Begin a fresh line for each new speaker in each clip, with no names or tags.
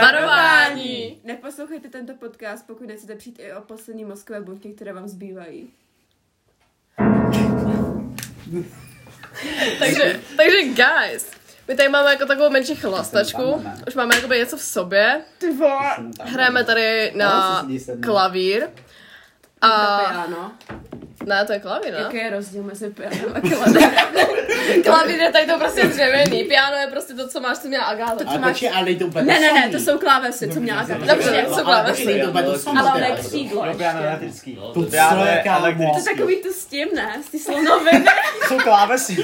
Varování!
Neposlouchejte tento podcast, pokud nechcete přijít i o poslední mozkové buňky, které vám zbývají.
takže, takže guys, my tady máme jako takovou menší chlastačku,
Jsem tam, ne?
už máme jakoby něco v sobě,
Ty vole!
hrajeme tady na
No, jsi si sedm.
klavír. A
Piano.
ne, to je klavír, ne?
Jaký je rozdíl mezi pianem a
Klavír je tady to prostě dřevěný, piano je prostě to, co máš, co měla Agáta.
Ale
máš-
počkej, ale to úplně
Ne, ne, ne,
samý.
to jsou klávesy, co měla Agata.
Dobře,
Dobře,
jsou
No, ale
klávesy.
počkej, to bude to samé.
ale ono je křídlo
To piano
ještě.
elektrický.
To
To piano
celé,
je
kámo.
To je
elektrický.
takový to s tím, ne? S ty slonoviny.
Jsou klávesy.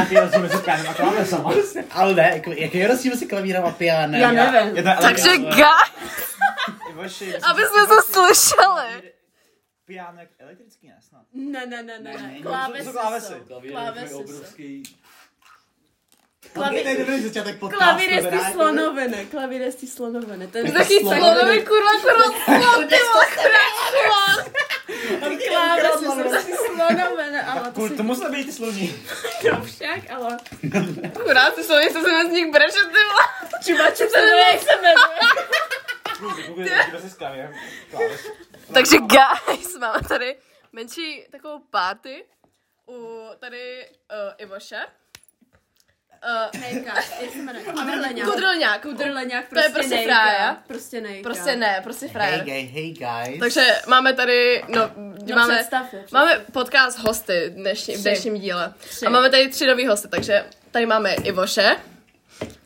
A ty rozdíl mezi pianem a klávesama.
Ale ne, jako, jaký je rozdíl mezi klavírem a pianem?
Já nevím.
Je to
Takže
elektrický.
guys,
Vaši,
aby jsme to slyšeli.
Piano je elektrický, ne snad.
Ne, ne, ne, ne.
ne,
Klávesy
jsou klávesy.
jsou.
Klavír
Klávesy
je
jsou.
obrovský...
Klavír.
Klavír-
Ne, dobrý začátek podcastu.
Klavír je z
teda,
ty
jako-
slonoviny, klavír je z ty slonoviny. Ten
Ty
Taky
slovo.
slonový kurva kurva ty kurva
Ty klávesy jsou z ty slonoviny, ale to
Kvůli
si
tomu jsme byli ty sluní.
to však, ale...
Kurá, ty slovo, co se z nich breče, ty vole.
Čubaču se jmenuje, jak se jmenuje.
Pokud je to se sklavě. Kláves.
Takže guys, máme tady menší takovou party u tady uh, Ivoše. Uh,
Nejka, jak se jmenuje? Kudrleňák.
kudrlňák, kudrlňák.
Kudrleňák,
To je
prostě
prostě
nejka.
frája.
Prostě nejka.
Prostě ne, prostě
Hey,
frajer.
gay, hey, guys.
Takže máme tady, no,
No,
máme,
představ je, představ.
máme podcast hosty v, dnešní, v
Tři.
dnešním díle.
Tři.
A máme tady tři nový hosty, takže tady máme Ivoše.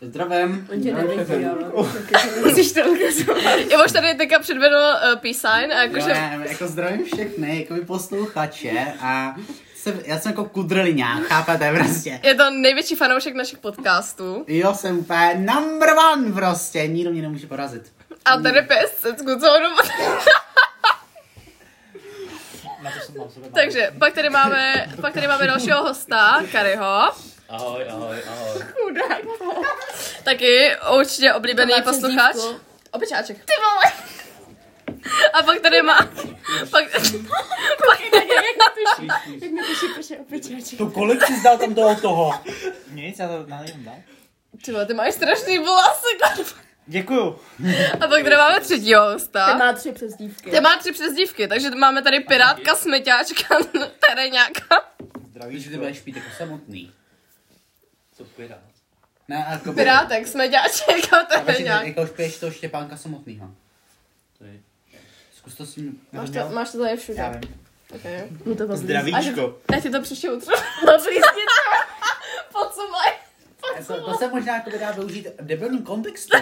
Zdravím.
On tě nevidí, ale tak musíš to ukazovat.
Ivoš tady teďka předvedl uh, P-Sign a
Jo,
jakože...
ne, jako zdravím všechny, jako by posluchače a jsem, já jsem jako kudrliňák, chápete prostě.
Je to největší fanoušek našich podcastů.
Jo, jsem úplně number one prostě, nikdo mě nemůže porazit.
A tady pes, secku, co on...
Na to jsem mám sebe.
Takže pak tady máme, pak tady máme dalšího hosta, Karyho.
Ahoj, ahoj, ahoj.
Chudák. Taky určitě oblíbený
To má
posluchač.
přezdívku.
Opičáček. Ty vole. A pak tady má... Pak, pak,
Jak napíši, pošle opečáček.
To kolik jsi dal tam toho toho? Nic, já to na něm dal.
ty vole, ty máš strašný vlasy.
Děkuju.
A pak tady máme třetího
Ten
hosta.
má tři přezdívky.
Ty má tři přezdívky, takže máme tady Pirátka, Smeťáčka, Tereňáka.
Víš, že ty budeš pít jako samotný.
Co pirát?
Ne, jako
Pirátek, Smeťáček a
A počkej,
Tereňák.
jako už piješ toho Štěpánka samotnýho.
To je...
Zkus to s ním. no,
Máš to, máš to tady všude.
Já vím.
Okay.
Mu to pozlíz.
Zdravíčko.
Já ti to příště utřu.
Pozlízně
Pod co mají?
To, to se možná jako dá využít v debilním kontextu.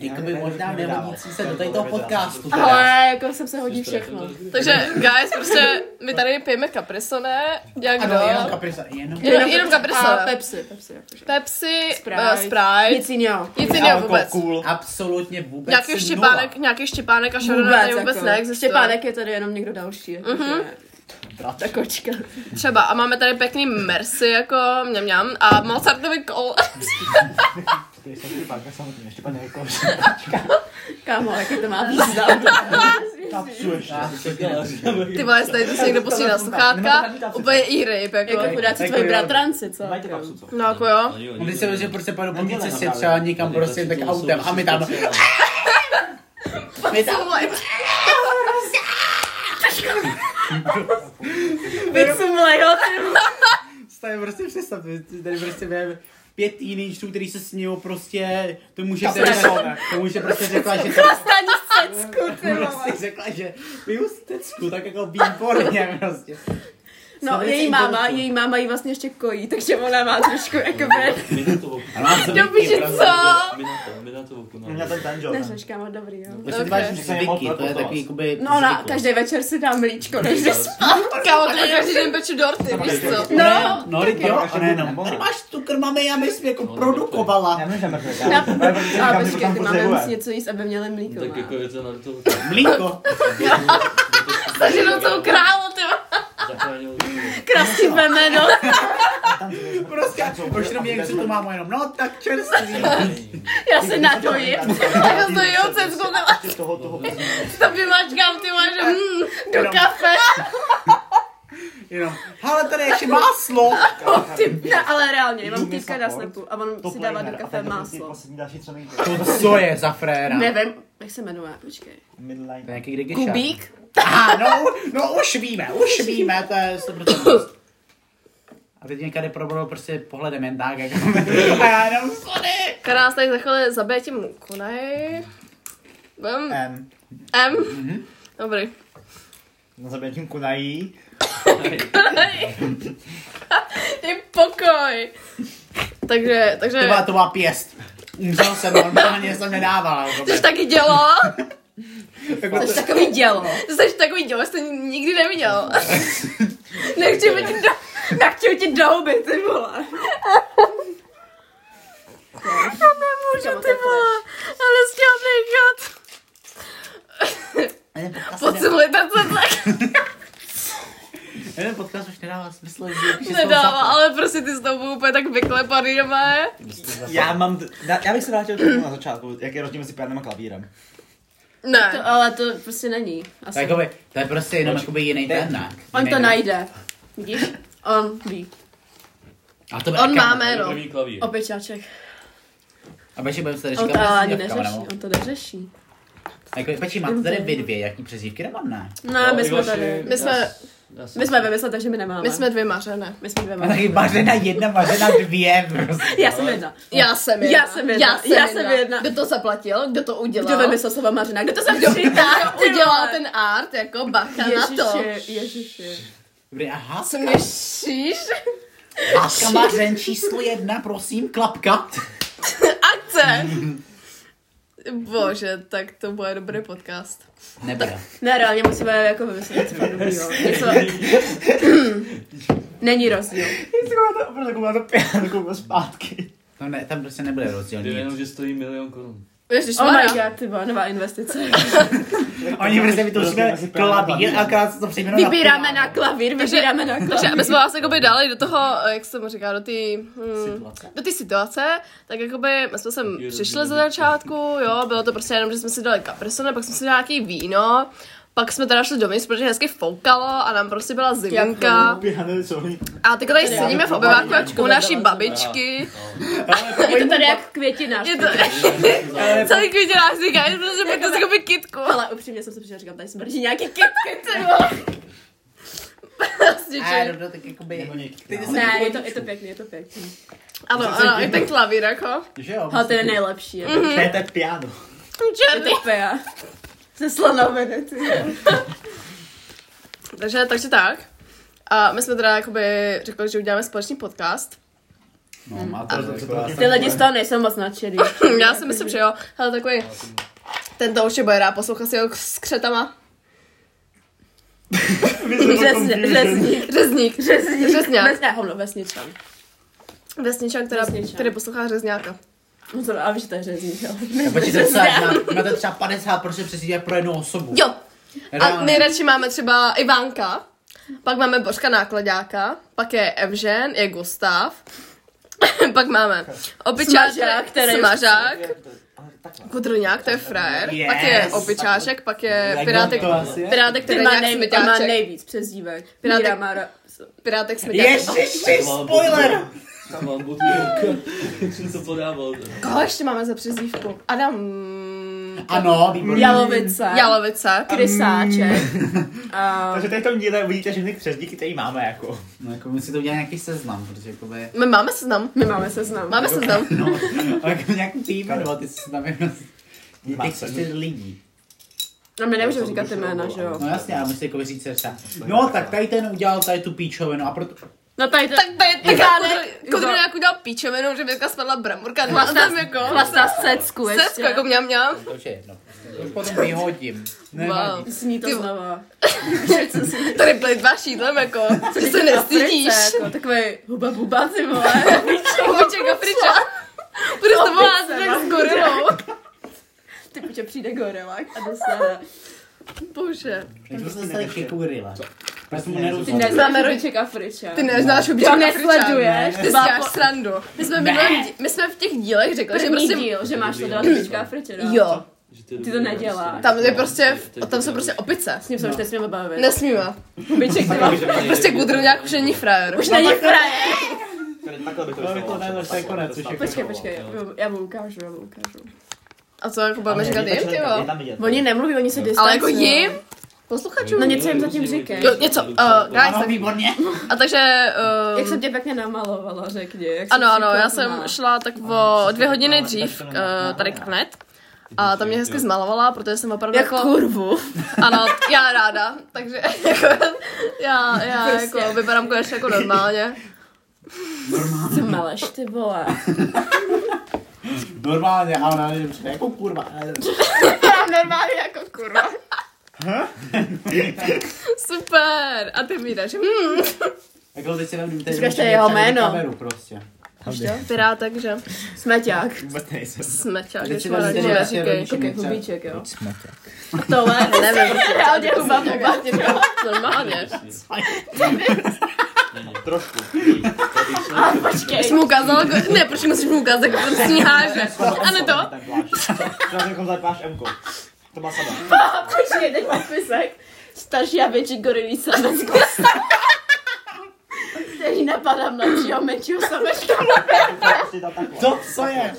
Jakoby
Já nevím,
možná
jak to vydává.
nevodící se do tady toho podcastu.
to. Ale jako jsem se hodí všechno.
Takže, guys, prostě my tady pijeme kaprisoné, jak
Ano, jenom
do...
kaprisa, jenom
Jenom, jenom
A
kaprisové.
Pepsi, Pepsi. jakože.
Pepsi,
Sprite.
Sprite. Sprite.
Nic jiného.
Nic jiného vůbec.
Cool.
absolutně vůbec
Nějaký štěpánek, nějaký štěpánek a šarona tady vůbec jako neexistuje.
jako.
Mhm.
Štěpánek je tady jenom někdo další. Mm-hmm. Ta kočka.
Třeba. A máme tady pěkný Mercy, jako mňam mňam. A Mozartový kol.
Ty jsi Štěpánka samotný, ještě pan jako
Kámo, jaký to má význam.
kapsu ještě.
Ty vole, jestli tady to si někdo pustí na sluchátka. Úplně i rape,
Jako
jako.
chudáci tvoji bratranci, co?
Majte kapsu, co?
No jako jo.
Oni, oni,
On si že prostě půjdu po té
Nedělej
cestě
napravdu.
třeba někam
Tady
prostě
prostě
tak
to jsou
autem a my tam.
prostě
My tam.
Vole,
Vysumlej ho.
Stavím prostě představ, my tady prostě během pět teenagerů, který se sněl prostě, to může se
Kaprisonek.
to může prostě řekla, že to
Staň secku, ty vole.
prostě řekla, že piju stecku, tak jako výborně prostě.
No, její máma, její máma ji vlastně ještě kojí, takže ona má trošku jako, jakoby...
My na to oku-
do píči, co?
My na to, my na to okunali.
Měl ten tanžel.
Neřeš, kámo, dobrý, jo.
Prostě
Ok.
máš zvyky, to je takový jakoby
No, na
zvyk.
každý večer si dám mlíčko, než jde spát.
Kámo, to je každý den peče dorty, víš co?
No,
No, ale jo,
jo,
a
ne,
nejenom.
no.
Tady máš cukr, mami, já my jsme jako produkovala.
Nemůžeme mrknout.
Na-
Ale protože
A
říkám, že to
počkej,
tam
ty máme musí
potřebuje.
něco jíst, aby měli mlíko.
Tak
ne?
jako je to na to...
Mlíko.
Zaženou tou králu, ty vole.
Zachránil
Krásný vemeno.
Prostě, už jenom jak to mámo jenom, no tak čerstvý.
Já se nadojím.
Tak to stojí od cecku, ty vole.
Toho, toho.
to vymačkám, ty máš, mm, do kafe.
Jenom, hele, tady ještě máslo.
Ne, ale reálně, já mám
Jediný
týka na
support,
snapu a on
to
si dává do
Planer a
kafe
ten prostě
máslo.
Poslední další, co nejde.
To co je za fréra?
Nevím, jak se jmenuje, počkej.
Midline.
Nějaký Gregiša.
Kubík?
Aha, no, no už víme, už víme, to je 100%. A teď mě tady probudil prostě pohledem jen tak, jako. A já jenom, sorry.
Která nás tady za chvíli zabije tím konej. Vem.
M.
M. Dobrý.
Na zabětím kunají.
Ty pokoj. Takže, takže...
To byla, to byla pěst. Umřel jsem, normálně jsem nedával. Jako.
Jsi taky dělo?
Jsi takový dělo.
Jsi takový dělo, jsi to nikdy neviděl. Nechtěl by ti do...
Nechtěl ti do huby, ty vole.
Nemůžu, ty vole. Ale s těm nechat.
Jeden podcast, nedával,
Podsimulita se tak
jeden podcast už nedával smysl, že že jsem
nedává,
zapl-
ale prostě ty s tou byl úplně tak vyklepaný doma je.
Já mám, na- já bych se vrátil k tomu na začátku, jak je rozdíl mezi pianem a klavírem.
Ne.
To, ale to prostě není.
To, je
Asi.
jakoby, to je prostě jenom jakoby jiný ten, ne?
On
Jiný
to
den.
najde. Vidíš? On ví.
A to
On má jméno.
První klavír.
Opečáček.
A Beši, budeme se tady
On
říkat,
to ale ani
jestli děvka,
neřeší,
nebo?
on to neřeší.
Jako, Beši, máte tady vy dvě, jaký přezdívky, nebo ne?
No, my jsme
Ivaši,
tady.
My jsme-
já jsem-
My jsme ve mysle, takže my nemáme.
My jsme dvě mařené.
my jsme dvě
A
máme.
taky bařena jedna, bařena dvě, prostě.
Já jsem jedna.
Já jsem jedna.
Já jsem jedna.
Já jsem,
Já jsem jedna.
Kdo to zaplatil? Kdo to udělal?
Kdo vymyslel slova Mařina? Kdo to jsem přitá?
Kdo udělal ten art, jako bacha na to.
Ježiši, ježiši.
Dobrý, a háska,
Co mě šíš?
háska bařen číslo jedna, prosím, klapka.
Akce! Bože, tak to bude dobrý podcast.
Nebude.
Ne, reálně musíme jako vymyslet něco fakt dobrýho. Něco... Není rozdíl. Oh
Jestli má to, opravdu má to piano, koukal zpátky.
Tam, ne, tam prostě nebude rozdíl
Ty jenom,
nic.
že stojí milion korun.
Ježiš,
Oh my
Maria.
god, ty vole, nová investice.
Oni prostě vytvoříme
Rozdíl mezi pianem a
klavír a akorát se to přejmenuje na
Vybíráme
piano.
na klavír, vybíráme na klavír.
Takže aby jsme vás jakoby dali do toho, jak jsem říká, do té hm,
Situace.
do té situace, tak jakoby my jsme sem
Taky
přišli
rozdíl.
ze začátku, jo, bylo to prostě jenom, že jsme si dali kaprisone, pak jsme si dali nějaký víno, pak jsme teda šli dovnitř, protože hezky foukalo a nám prostě byla ziminka.
Piano, co oni...
A teď tady sedíme v obyváku jak u naší
Aha.
babičky.
Je to tady jak květina.
Je to
Eh,
celý květinář říká, je to, že by to jakoby kitku.
Ale upřímně jsem si přišla, říkám, tady smrdí nějaký kytky, ty vole.
Prostě,
A
že-
do tak jakoby...
Nebo někdy.
Ne, je to, je to pěkný, je to pěkný.
Ano, ano, i ten klavír, jako.
Že jo?
Ale to je nejlepší. Je to,
To je to piano.
je
Černý.
to pea. Ze slonoviny, ty vole.
Takže, takže tak. A my jsme teda jakoby řekli, že uděláme společný podcast.
No, má to rozdíl.
Ty lidi z toho nejsou moc nadšený.
Já si myslím, že jo. Hele, takový, tento určitě bude rád poslouchat si ho s křetama.
Řezně, řezník.
Řezník.
Řezník.
Řezňák.
Ves- Ne, hovno, vesničan.
Vesničan, která,
Vesničan.
který poslouchá řezňáka.
No to, ale víš, že to je řezník, jo.
Počítej se, má- no. máte třeba 50 prostě přezdívek pro jednu osobu.
Jo. A
Reálně.
nejradši máme třeba Ivánka, pak máme Božka nákladáka, pak je Evžen, je Gustav, pak máme opičáček,
Smažák, který-
smažák,
Takhle.
kudrňák, to je frajer,
Yes.
pak je opičáček, pak je
Jak
pirátek,
to asi je?
pirátek,
Ty
který
má,
nějak
nej, on má
smitáček,
nejvíc přezdívek.
Pirátek-
Míra má... ra-
pirátek smitáček.
No,
Ježiši, spoiler!
Tam mám botu ruka. Jsem to podával.
Koho ještě máme za přezdívku? Adam
Ano, výborně.
Jalovice.
Jalovice.
Krysáček. A...
Takže tady v tom díle vidíte všechny přezdíky, které máme jako.
No, jako my si to uděláme nějaký seznam, protože jakoby...
My máme seznam.
My máme seznam.
Máme seznam.
No, ale jako nějaký tým, nebo ty seznamy.
Má
Těch
se-
čtyř lidí.
A my nemůžeme říkat ty jména, že jo?
No jasně, ale musí jako říct se třeba. No tak tady ten udělal tady tu píčovinu a proto...
No tady to...
Tak to je
Ivánek,
taková
Iva-
kudrňák udělal píčovinu, že mi dneska spadla bramurka. No, a tam jako...
Vlastná secku ještě.
Secko, jako mňam mňam.
To už je jedno. To už potom vyhodím. Nevadí.
Wow.
Sní to
Ty-
znova.
Tady byly dva šídlem, jako. Ty se nestydíš.
Africe, Jako, takový huba buba, ty vole.
Opiček Afriča. Budu s tebou házet s gorilou.
no. Ty piče přijde gorilák a dostane.
Bože.
Jak jsme se dostali ke kurile? Prostě mu
Ty
nerozumím.
neznáme roček Afriča.
Ty neznáš
Ty
opiček
ho
Afriča.
nesleduješ.
Ty si
Bábo-
děláš srandu. My jsme, v minulém dí- my jsme v těch dílech řekli, že
První
prostě...
díl, že máš to dělat roček Afriča. no.
Jo.
Že je
Ty
dobrý,
to neděláš.
prostě.
Tam je prostě,
To je
tam jsou
dobrý.
prostě opice.
S ním se Vlastně už nesmíme bavit.
Nesmíme.
Biček, ty
Taky,
máš.
že by-
Prostě Gudrňák už není frajer.
Už není fraje.
Tady Takhle by to
To by to
vyšlo.
nebylo, to je konec, už je
jako-
konec.
Počkej, počkej, já mu ukážu, já mu ukážu.
A co, jako budeme
Ale
říkat
je to
jim, ty
člověk,
vole?
je tam vidět.
Oni nemluví, oni se distancují.
Ale jako jim? Posluchačům?
No něco jim zatím říkej.
Jo, něco, uh, guys,
Ano,
tak,
výborně.
a takže, uh,
Jak jsem tě pěkně namalovala, řekni. Jak
ano,
jsi
ano, já
šikovná.
jsem šla tak o dvě hodiny dřív, uh, tady knet. A tam mě hezky zmalovala, protože jsem opravdu
Jak
jako,
kurvu.
ano, já ráda, takže jako, já, já
Prostě.
jako vypadám konečně jako normálně.
Zmaleš, ty vole.
Normálně, a ona nevím, přijde jako kurva. ale-
Já normálně jako kurva. Super, a ty mi dáš, hmm,
Jako teď si nevím, teď
Říkáš, to
můžeme
je jeho
přijít na
jméno.
kameru prostě.
pirátek, že?
Smeťák.
Vůbec nejsem.
Smeča,
Teď
když
si vlastně
mu
vezmi
radši
tady asi
neříkej.
rodiče.
Koukej, hubíček, jo.
Smete.
Tohle,
Nevím,
reálně huba, huba.
normálně.
Trošku.
Když mu ukázala, go- ne, proč musíš mu ukázat, jako ten sníháže.
Jako-
A ne to?
Ten plášť. To je jako plášť Mko. To má sama.
Počkej, teď popisek. Starší a větší gorilý samec který napadá mladšího menšího samečka.
prostě
To co je?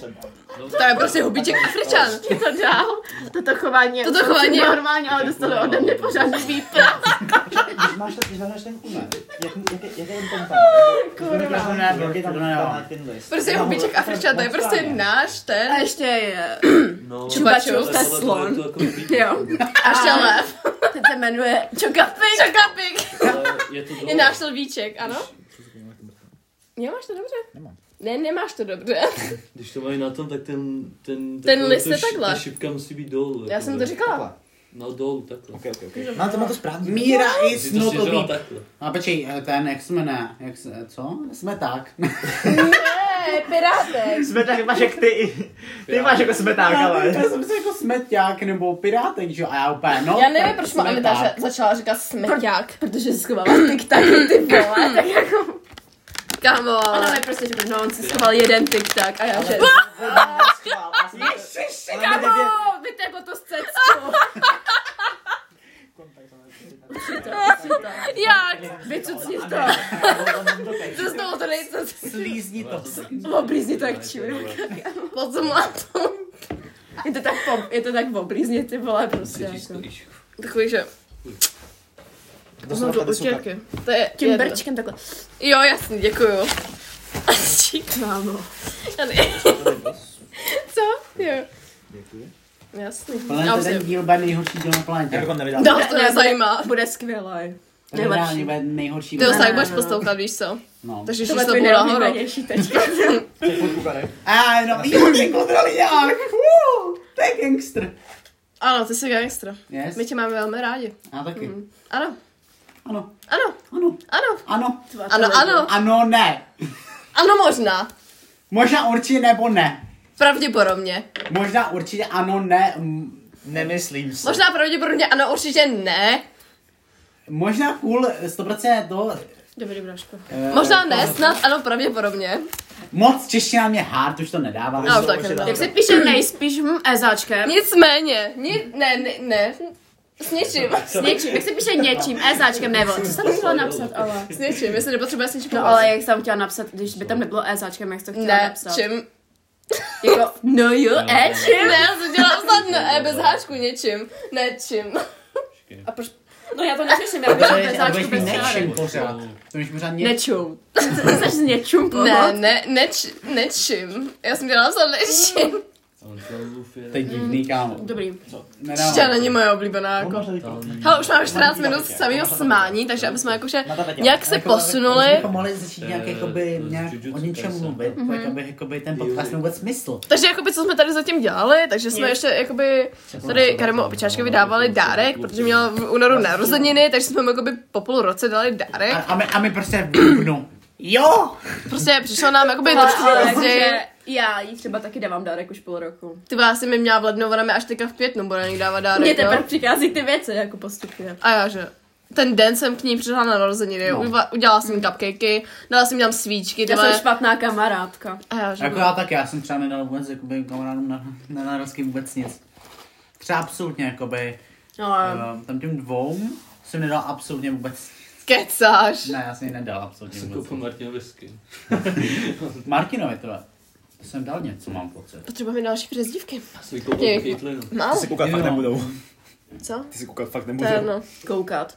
To je prostě hubiček Afričan.
Ti to dál. Toto chování je
Toto chování je-
normálně, ale dostalo ode mě pořádný výprav.
Když máš když zahneš ten kumen, jak, jak, jak, jak je jim tam
To ne, to ne, to ne.
Prostě hubiček Afričan, to je prostě náš ten.
A ještě je,
No,
Čupa čup,
ale
to je
tohle
slon.
to jako dobrý,
jo.
A ještě lev.
Ten se jmenuje Čokapik.
Čakapik.
ale Je to
Je
dobré.
náš lvíček, ano? Jo, máš to dobře? Ne, nemáš to dobře.
Když to mají na tom, tak ten... Ten,
Ten
takový
list
to
je
š-
takhle.
Ta šipka musí být dolů.
Já
jako
jsem
ne?
to říkala.
No dolů, takhle.
Ok, ok, ok. Mám to, mám to správně.
Míra i
Ty to
snotový.
stěžela takhle.
A počkej, eh, ten, jak jsme ne, jak se, co? Jsme tak.
Ne, pirátek.
Smeták máš jak ty. Ty máš jako smeták, ale.
Já jsem si jako smeták nebo pirátek, že jo? A já úplně, no.
Já nevím, proč má
smeták.
Aneta že- začala říkat smeťák.
Protože se schovává tiktaky, ty vole, tak jako...
Kamo.
Ona mi prostě řekne, no on si schoval jeden tiktak a já že...
Ježiši,
Prostě
Kamo, vyte po to scecku.
Jak?
Vycucni to.
To znovu to nejsem
Slízni to.
Oblízni to jak čurák.
pod zlatou.
Je to tak, po, je to tak oblízně, ty vole, prostě jako.
Slyšíš?
Takový, že... No, do utěrky. To je
Tím
jedno.
brčkem takhle.
Jo, jasně, děkuju.
Kámo.
Já ne- Co? Jo. Jasný. Já
Planeta ten
musím.
díl bude nejhorší díl na planetě.
Já bych ho nevydal.
No, to mě zajímá.
Bude skvělé.
To je reálně bude nejhorší
Ty
díl.
ho tak
Ne,
budeš
no.
poslouchat, víš co?
No.
Takže šli
Tohle
to
tvůj
bylo nahoru.
nejoblíbenější tečka.
A no, výborný kontroliák. Uuu, To je gangster.
Ano, ty jsi gangster.
Yes.
My tě Mhm. máme velmi rádi.
Já taky.
Ano,
Ano,
ano,
ano,
ano.
ano.
Ano, ano,
Ano, ne.
ano možná.
Možná určitě nebo ne.
Pravděpodobně.
Možná určitě ano, ne. m-
Nemyslím si.
Možná pravděpodobně ano, určitě ne.
Možná cool, 100% to.
Dobrý bráško.
eh,
Možná ne, snad ano, pravděpodobně.
Moc čeština mě hard, už to nedává.
No, tak,
Už je
no.
tam.
Jak se píše nejspíš hm, ezáčkem?
Nicméně, ni, ne, ne, ne. S něčím.
S něčím, jak se píše něčím, ezáčkem, nebo co jsem chtěla napsat, ale...
S něčím, jestli nepotřebuje s něčím
No ale jak jsem chtěla napsat, když by tam nebylo ezáčkem, jak jsi to chtěla
Ne,
napsat?
čím?
Jako, no jo, e, čím?
Ne, já jsem chtěla psát ne, bez háčku něčím. Ne, čím.
A proč? No já to neřeším, já
To
bych
je- to budeš
ezáčku
mít
bez čáry.
nečím pořád. To budeš pořád
No.
něčím.
Nečum. Chceš s něčum
Ne,
pomoct?
ne, neč, nečím. Já jsem dělala psát nečím.
Ale Klausův je...
To je divný, kámo.
Mm.
Dobrý.
Nedává.
Ještě není moje oblíbená. Jako.
Tam-
Hele, už máme 14 minut samého smání, takže abychom jakože nějak se posunuli.
jako, Bychom mohli začít nějak,
Eh,
jakoby,
z
nějak
Jujutsu
o něčem
Kaisen.
mluvit, tak
Mhm.
aby jakoby ten podcast měl vůbec smysl.
Takže jakoby, co jsme tady zatím dělali, takže jsme ještě jakoby tady Karimu Opičáčkovi dávali dárek, protože měl v únoru narozeniny, takže jsme mu jakoby po půl roce dali dárek.
A, a, my, a my prostě v dubnu. Jo!
Prostě přišlo nám jakoby
Ale,
trošku
ale
později.
jakože já jí třeba taky dávám dárek už půl roku.
Ty vás mi měla v lednu, ona mi až teďka v květnu bude někdy dávat dárek,
Mně
jo?
teprve přichází ty věci jako postupně.
A já že? Ten den jsem k ní přišla na narozeniny,
No.
no. udělala jsem cupcakey, dala jsem jí tam svíčky, ty
Já
vole.
jsem špatná kamarádka.
A já že?
Jako já tak, já jsem třeba nedal vůbec jakoby kamarádům na, na narozky vůbec nic. třeba absolutně, jakoby,
No,
ehm, tam těm dvou jsem nedal absolutně vůbec,
Kecáš.
ne, já jsem jim nedal
Já
absolutně
jsem
vůbec.
koupil Martinovi skin.
Martinovi tohle, to jsem dal něco, mám pocit.
Potřebujeme další přezdívky.
Já jsem
Děkuji.
koupil Caitlinu.
Málo,
Ty si koukat
Jo.
fakt nebudou.
co?
Ty si koukat fakt
To
nebudou.
je jedno.
koukat.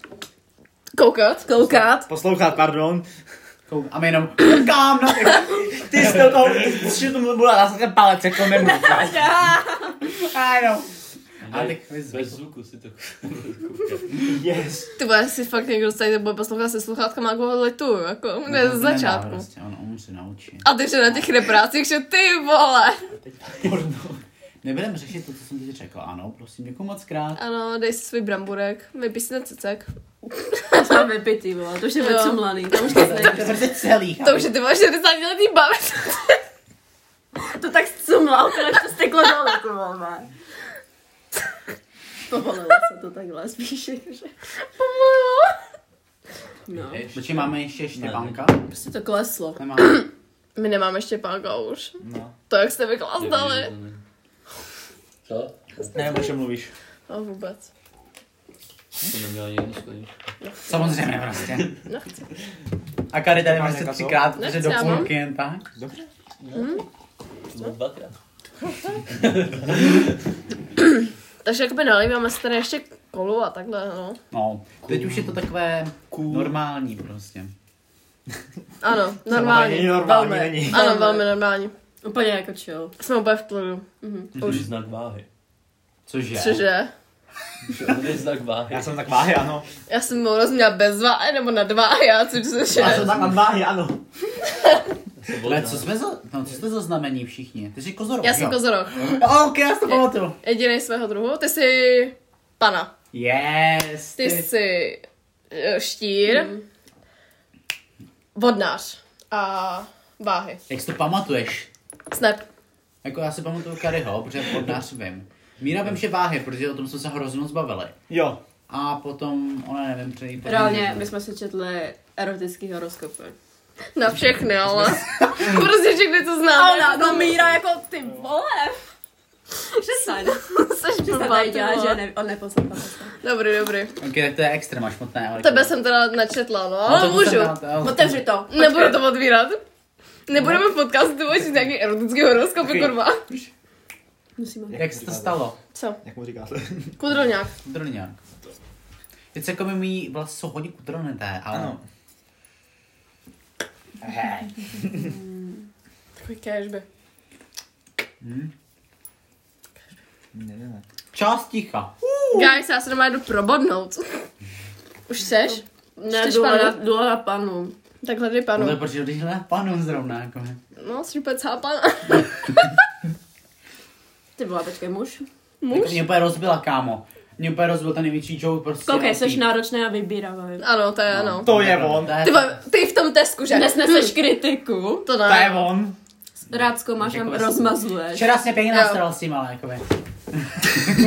Koukat?
no. Koukat.
Poslouchat, pardon.
Kou- A my jenom, koukám na ty,
Ty jsi do toho, ty jsi tomu byla na ten palec, jako nemůžu.
a jenom, a
Ne,
ty quiz.
Bez zvuku si to koupil.
Yes.
Ty vole, jestli fakt někdo tady bude poslouchat se sluchátkama, jako letu,
No,
jako, ne, ze začátku.
Prostě, on, on se naučí.
A ty, že na těch reprácích, že ty vole.
Nebudem řešit to, co jsem teď řekl, ano, prosím, děkuji moc krát.
Ano, dej si svůj bramburek, vypij si ten cicek.
Jsme vypitý, vole, to už je
Jo.
vycumlaný, to už nic
To je
není.
prostě celý,
To už je ty vole 40 letý bavit.
To tak zcumlal, to než to steklo dolů, to vole. Povolilo se to takhle spíš, že... No,
Počkej, máme ještě Štěpánka?
prostě to kleslo.
Nemáme.
My nemáme Štěpánka už.
No.
To jak jste vyklázdali.
Co?
Ne, o čem mluvíš?
No vůbec.
To neměl ani jednu skleničku.
Samozřejmě prostě.
Nechci.
A Kary tady
Mám
prostě
nějaká to?
třikrát,
Nechci,
protože do
já mám.
půlky jen tak.
Dobře.
To dvakrát.
Takže jakoby nalíváme si tady ještě kolu a takhle, no.
No, teď už je to takové normální prostě.
Ano,
Není
normální.
normální,
velmi.
není.
Ano, velmi normální.
Úplně jako chill.
Jsme úplně v klidu.
Už je znak váhy.
Cože?
Cože?
To je znak váhy.
Já jsem tak váhy, ano.
Já jsem mu rozuměla bez dva, nebo na dva a já si cože?
Já jsem tak na váhy, ano.
jsem
Ale co jsme za, no, co jste za znamení všichni? Ty jsi kozorok,
Já jsem
jo?
kozorok.
Jo, Ok, já si to pamatuju.
Jediný svého druhu. Ty jsi pana.
Yes.
Ty jsi eh, štír.
Hmm.
Vodnář. A váhy.
Jak si to pamatuješ?
Snap.
Jako já si pamatuju Karyho, protože podnář vím. Míra vím, že váhy, protože o tom jsme se hrozně moc bavili.
Jo.
A potom, ona nevím, přeji.
Reálně, my jsme si četli erotický horoskopy.
Na všechny, ale. prostě všechny, co
A
známe.
ona, no Míra, jako ty vole. Že sajn.
Jseš
Že se
blbá,
tady
ty
dělá, že
vole.
ne, on neposlouchá.
Dobrý, dobrý.
Ok, tak to je extrém, až moc ne. ale-
Tebe jsem teda načetla, no,
No,
ale
to
můžu.
jsem dal, to-
Otevři to.
Nebudu to otvírat. Nebudeme
No.
v podcastu to učit nějaký erotický horoskop,
Taky.
kurva.
Musíme.
Jak se to stalo?
Co?
Jak mu říkáte?
Kudroňák.
Kudrňák. Teď se jako mi mý vlasy jsou hodně kudrnité, ale...
Ano.
Eh,
Takový cashby.
Ne, ne, ne.
Čas ticha.
Guys, já se doma jdu probodnout. Už seš?
Ne,
Chceš
důle na,
panu?
důle na panu.
Takhle jdi
No to je
panu.
protože když hle panu zrovna, jako.
No, šrupat sápan.
Ty byla počkej muž.
Jako
Muž?
mě úplně rozbila, kámo. Mě úplně rozbil ten největší joke, prostě.
Koukej,
jaký-
jsi náročná a vybíravá.
Ano, to je
No.
no. ano.
To je on.
To je,
Ty, vole, ty v tom tesku, že?
Nesneseš kritiku,
To
to je
ne.
on.
rád zkoumáš a
Jako ves-
rozmazuješ.
Včera se pěkně
Jo.
nastral s tím, ale jakoby.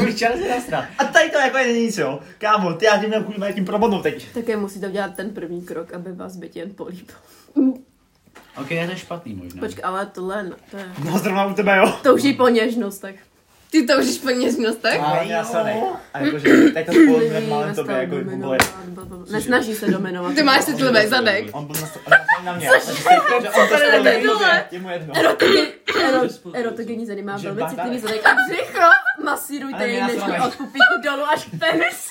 Už Včera se nastral.
A tady to jako není nic, jo. Kámo, ty já tím měl kurva tím probodnou teď.
Také musíte udělat ten první krok, aby vás byt jen políbil.
Ok, to je špatný možná.
Počkej, ale tohle, no, to je...
No zrovna u tebe, jo.
To už je po něžnostech.
Ty to už po něžnostech?
A
jo.
já se ne. A jakože, tak to spolu normálně tobě, jako vole.
Nesnaží se dominovat.
Ty máš citlivý zadek.
On byl nastavený na mě. Takže on to
tady
spolu
dole?
Je mu jedno.
Ero- Erotogenní zady má
Že
velmi
bata-
citlivý zadek a břicho. Masírujte
Ale
jej
já jsem
nežku
ale-
od pupíku dolů až k penisu.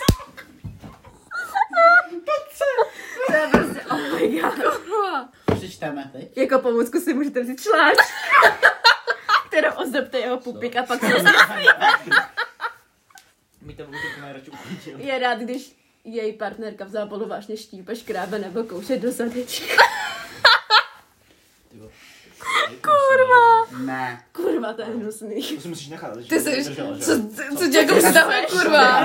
To je prostě, oh my god.
Přečteme teď.
Jako pomůcku si můžete vzít šláč, kterou ozdobte jeho pupík a pak se
My to budeme nejradši ukončil.
je rád, když její partnerka vzala polu vážně štípe, škrábe nebo kouše do zadečka.
Kurva!
Ne.
Kurva, to je hnusný.
To si musíš nechat.
Ty
že to
jsi,
vydržela, že
co,
jo.
co tě jako přitahuje, kurva?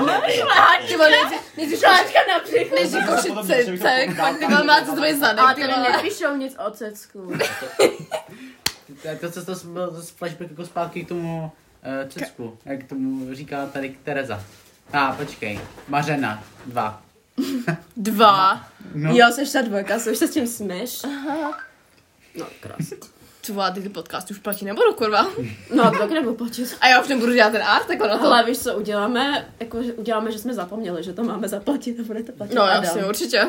Ty vole, nejdřív- nejdřív
Šláčka na břichu.
než je kouši cecek, pak ty vole má citlivý
Ale
zadek, ty
tady
vole.
nepíšou nic o cecku.
To je to, co to s- byl z flashback jako zpátky k tomu uh, Česku, jak tomu říká tady Tereza. A ah, počkej, Mařena, dva.
Dva.
No.
Jo, jsi ta dvojka, jsi se s tím smeš. No, krásný.
ty vole, ty ty podcasty už platit nebudu, kurva.
No a pak nebudu platit.
A já už nebudu dělat ten art, jako na to.
Ale víš, co uděláme? Jako, že uděláme, že jsme zapomněli, že to máme zaplatit a bude to platit.
No,
Adam.
jasně, určitě.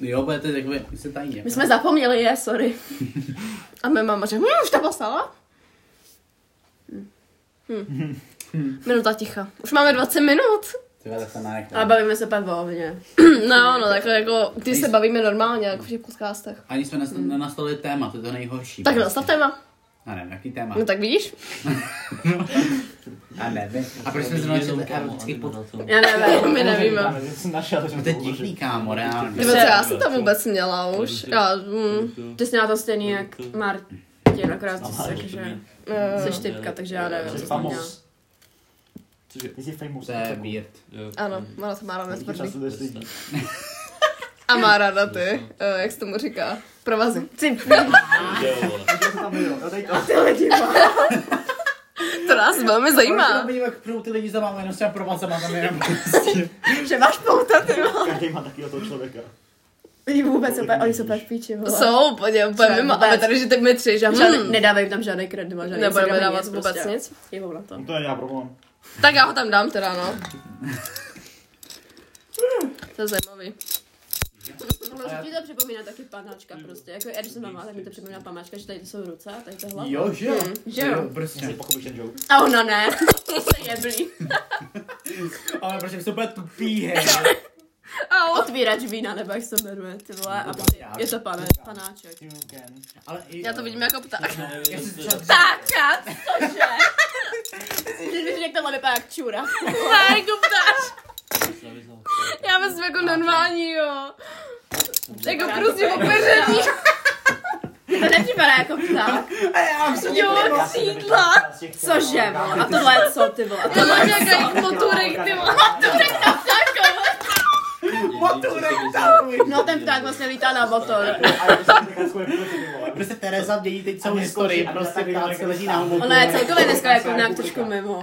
Jo, budete jakoby, my se tajně.
My jsme zapomněli je, sorry.
A mé máma řekla, hm, už to poslala? Hm. Hm. Minuta ticha. Už máme 20 minut.
Ty vole, tak se nenechám.
Ale bavíme se pak volně.
No, no, takhle jako, ty se bavíme normálně, jako v těch podcastech.
Ani jsme nas- nenastolili téma, to je to nejhorší.
Tak nastav téma.
Já nevím, jaký téma.
No tak vidíš?
A nevím. A proč jsme zrovna četli erotický pod...
Já nevím.
My nevíme.
Ale že jsem našel, že
To je divný, kámo, reálně.
Ty vole, co já jsem tam vůbec měla už. Já, hm,
Ty jsi měla to stejný jak Martin, akorát ty jsi jakože...
eh,
Jsi typka, takže já nevím, co jsem měla.
Famos.
Cože?
Ty jsi famous.
To je weird.
Jo.
ano, ona to má ráda tvrdý.
Často dost lidí.
A má ráda ty, eh, jak se tomu říká, provazy. Ah.
Jo, vole.
Já jsem tam byl, jo, tady to.
To nás velmi
Proč to
zajímá.
vidím, jak prou ty lidi za máma, jenom s těma provazama tam jenom.
Že máš pouta, ty vole.
Každý má takového toho člověka.
Oni vůbec, úplně- oni jsou úplně v píči, vole.
Jsou úplně, úplně
Jsme
mimo. A
vůbec.
my tady, že teď my tři, že
Žádný,
hm,
Nedávají tam žádný kredit, nebo žádný
nebudeme
Instagram,
dávat
nic
vůbec
prostě.
nic.
Jebou na
No
to.
To je já problém.
Tak já ho tam dám teda, no. To je zajímavý.
Můžu ti to připomínat taky panáčka prostě. Jako já, když jsem mama, tak mi to připomíná panáčka, že tady to jsou ruce a tady to hlava.
Jo, že jo.
Že jo.
Jestli
Prostě.
pochopíš ten joke.
A ono ne. se jeblí.
Ale proč jsou úplně tupý, hej.
Au.
Otvírač vína, nebo jak se jmenuje, ty vole. A prostě je to pane, panáček.
Ale i...
Já to vidím jako pták.
Já si třeba...
Tak, a cože? Že bych řekl, tohle vypadá jak čura.
Ne, jako ptáč. Já myslím jako normální, jo. Jako prostě opeření.
To nepřipadá jako pták.
A já jsem...
Jo, sídla.
Cože, vole. A tohle je co, ty vole. A
To
tohle
mám nějaký motorek, ty vole.
Motorek
No ten pták vlastně lítá na motor.
Prostě Tereza dělí teď celou historii, prostě ptát se leží na umotu.
Ona je celkově dneska jako nám trošku mimo.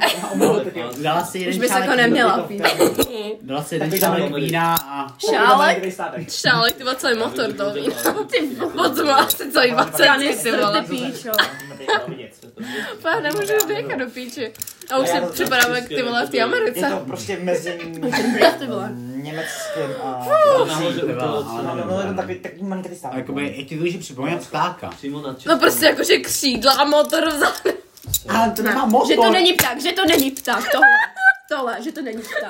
Dala si jeden
Už by se
šálek
jako neměla pít.
pít.
Dala si jeden šálek vína a...
Šálek?
Šálek, ty vole, celý motor to ví. Ty moc má asi celý 20 ty vole.
Ty píčo.
Pá, nemůžu dýchat do píči. A už si připadám jak ty vole v té
Je
Americe.
to prostě mezi
Ty vole.
německým a...
ale-
Ano, no, jenom takový, takový malinkatý stát.
A jakoby, jak ti to může připomínat ptáka.
Přímo na čest.
No prostě jakože křídla a motor vzadu.
No. Ale to nemá motor.
No. Že to není pták, že to není pták, tohle. Tohle, že to není pták.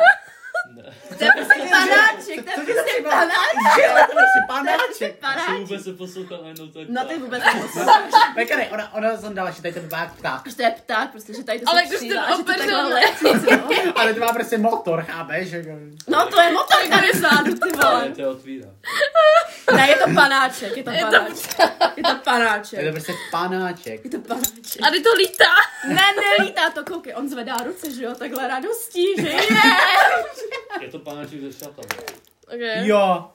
To je prostě panáček, to je prostě panáček.
Že jo, to je panáček.
Jsem
panáček.
vůbec se poslouchal najednou tak.
No ty vůbec
Pekary, ona, ona jsem dala, že tady ten pták pták.
že to je pták, prostě, že tady to
Ale
jsou
když
křídla
ten
a že to takhle
opeřel-
letí, co?
Ale to má prostě motor, chápeš? Jako-
No to je motor tady vzadu, ty vole.
Ne, to je otvírá.
Ne, je to panáček, je to panáček. Je to
Je to
panáček.
prostě panáček.
Je to panáček.
A ty to lítá.
Ne, nelítá to, koukej, on zvedá ruce, že jo, takhle radostí, že je.
Je to pánaček ze šata.
Okay.
Jo.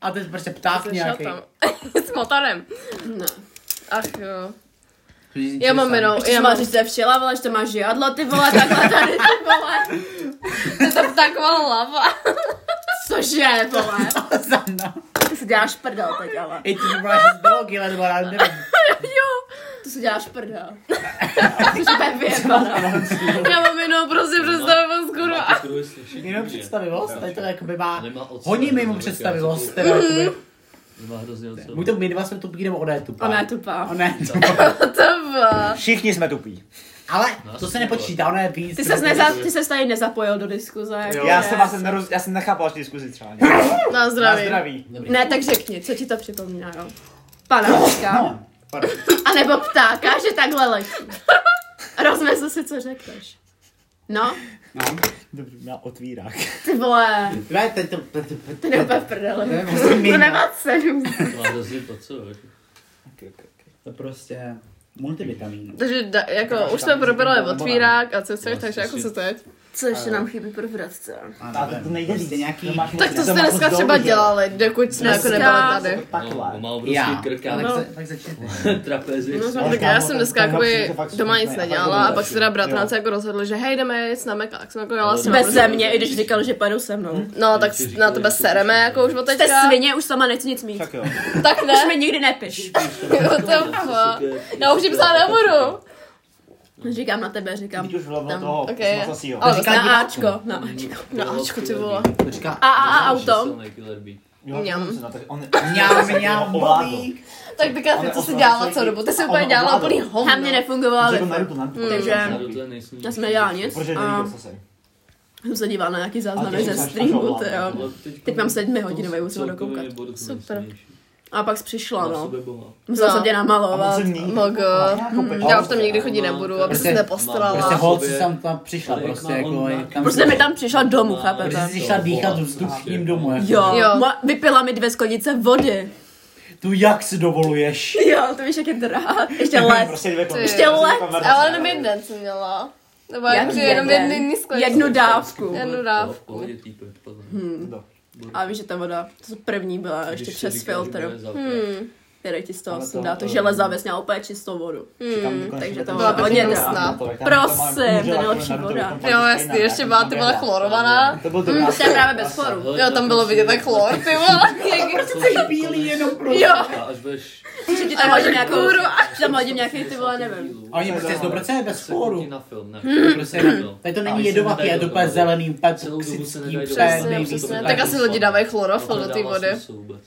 A to je prostě pták nějaký.
S motorem.
No.
Ach jo. Já mám jenom,
Já
já
máš,
mám
že jsi včela, vole, že to máš žihadlo, ty vole, takhle tady, ty vole.
to taková hlava.
Cože, vole.
za mnou.
Ty si děláš prdel teď, ale.
I ty máš z drogy, ale nebo já nevím.
Ty si děláš prdel. Ty jsi úplně vyjebaná.
Já mám jenom prostě představu
No.
skoro.
Jenom představivost, tady to jakoby má
Nemá odsud,
hodně mimo
nemá
představivost.
odsud.
Teda, jakoby,
Má hrozně odsud.
buď to my dva jsme tupí, nebo ona je tupá.
Ona je tupá.
Ona je tupá.
To byla.
No. Všichni jsme tupí.
No,
Ale to se nepočítá, ona je víc.
Ty ses, neza, ty ses tady nezapojil do diskuze. Jako
Já
ne.
jsem vás neroz... Já jsem nechápal až diskuzi třeba. ne?
Na
Na
zdraví.
zdraví.
Ne, tak řekni, co ti to připomíná, jo? Panáčka.
No, pardon.
A nebo ptáka, že takhle letí. Rozmysl si, co řekneš. No,
No.
Dobře, měla otvírák.
ty vole,
Ne, teď to... teď to- teď
to je úplně v prdeli.
To je prostě
To
mimo.
nemá cenu.
To má hrozně to, co? jako?
To prostě multivitamin.
No.
Vlastně
Takže da, jako, už jsme probrali otvírák a co chceš, takže jako co teď?
Co ještě nám chybí pro vratce?
A
A to, to
nevím,
nejde
prostě
říct.
nějaký...
máš moc-
Tak to jste
máš moc
dneska třeba
dlouho, že jo?
dělali, dokud jsme jako
Dneska-
nebyli tady.
No, on
Pakla.
má
Já.
obrovský krkán.
Tak, se, tak začněte.
Trapezy.
No,
Ale
tak já
kámo,
jsem
ten-
dneska
ten hlapsík
jakoby
je fakt
doma nic
smutný, a fakt
nedělala a
dobrý
pak se teda
hlapsík,
bratranci
jo.
jako rozhodli, že hej, jdeme jet s námi, tak jsem jako jela s nimi.
Bez země, i když říkal, že padu se mnou.
No, tak na tebe sereme jako už od
Jste
teďka.
svině, už sama nechci nic mít.
Tak jo.
Tak
Už mi
ne,
nikdy nepiš.
No,
what the fuck. Já už jim psát nebudu.
Říkám na tebe, říkám.
Teď už vlevno
Tam.
toho
Ok,
okay,
jo.
zasího.
Ale-
Na Ačko, na Ačko.
No, ačko, ty vole.
To říká...
A, a, a auto.
Jo,
Mňam.
to jsem si- no, tak on-
Mňam,
on-
mňam,
on ovládl.
bobík.
Tak Bika, ty co jsi dělala celou dobu? Ty jsi úplně dělala úplný hovno.
Na mě nefungovala
Řekl
wifi.
Naruto, Naruto.
Takže- Já jsem nedělala nic.
Protože
A
neviděl jsem se.
jsem se dívala na nějaký záznamy
Ale
ze
ty jsi
streamu,
až
ty jo. Teď mám sedmihodinový úsvod dokoukat.
Super.
A pak přišla, no.
No.
Musela
No.
jsem tě
Prostě- A on
namalovat.
se mění.
Mogo.
Má nějakou pečku.
Já už tam nikdy chodit nebudu, aby se
Prostě-
nepostarala.
Prostě
Prostě
holci
sobě.
tam, tam přišla
Ale jak
prostě
má
jako...
on
je
na-
Tam,
Prostě mi tam přišla domů,
Prostě
chápete?
jsi šla dýchat vzduchným domu. jako.
Jo,
Jo.
Ma- vypila mi dvě sklenice vody.
Tu jak si dovoluješ?
Jo, to víš, jak je drát. Ještě les.
Prostě dvě
Ty.
konverzace.
Ještě let,
Konverzace.
Ale jenom jeden jsem měla. Nebo
Jak
jakože jenom
jeden?
jedný skleničku.
Jednu dávku.
Prostě Jednu dávku.
No.
A víš, že ta voda, to první byla ještě přes filtr,
Hmm,
který ti z toho
Ale to-
sundá. To železa věc měla úplně čistou vodu.
hmm.
takže to
byla hodně
Prosím, to nejlepší voda.
Jo, jasný, ještě byla ty byla chlorovaná.
To byl
Hm,
dobrá.
to je právě bez chloru.
Jo, tam bylo vidět ten chlor, ty vole. Jak-
Bílý jenom pro...
Jo,
A až budeš...
že ti tam hodím nějakou,
Kurva.
že tam hodím nějaký ty vole, nevím. Hmm.
A oni prostě z dobroce bez sporu.
Na film, ne?
Prostě,
No.
tady to
Ale
není
se
jedovatý,
nedají
je to
do
úplně
toho.
zelený, úplně
Celou dobu se
toxický,
nedají do
úplně
toho. No,
Přesně,
nejvíc. No,
přesně. Tak asi lidi dávají chlorofil do té vody.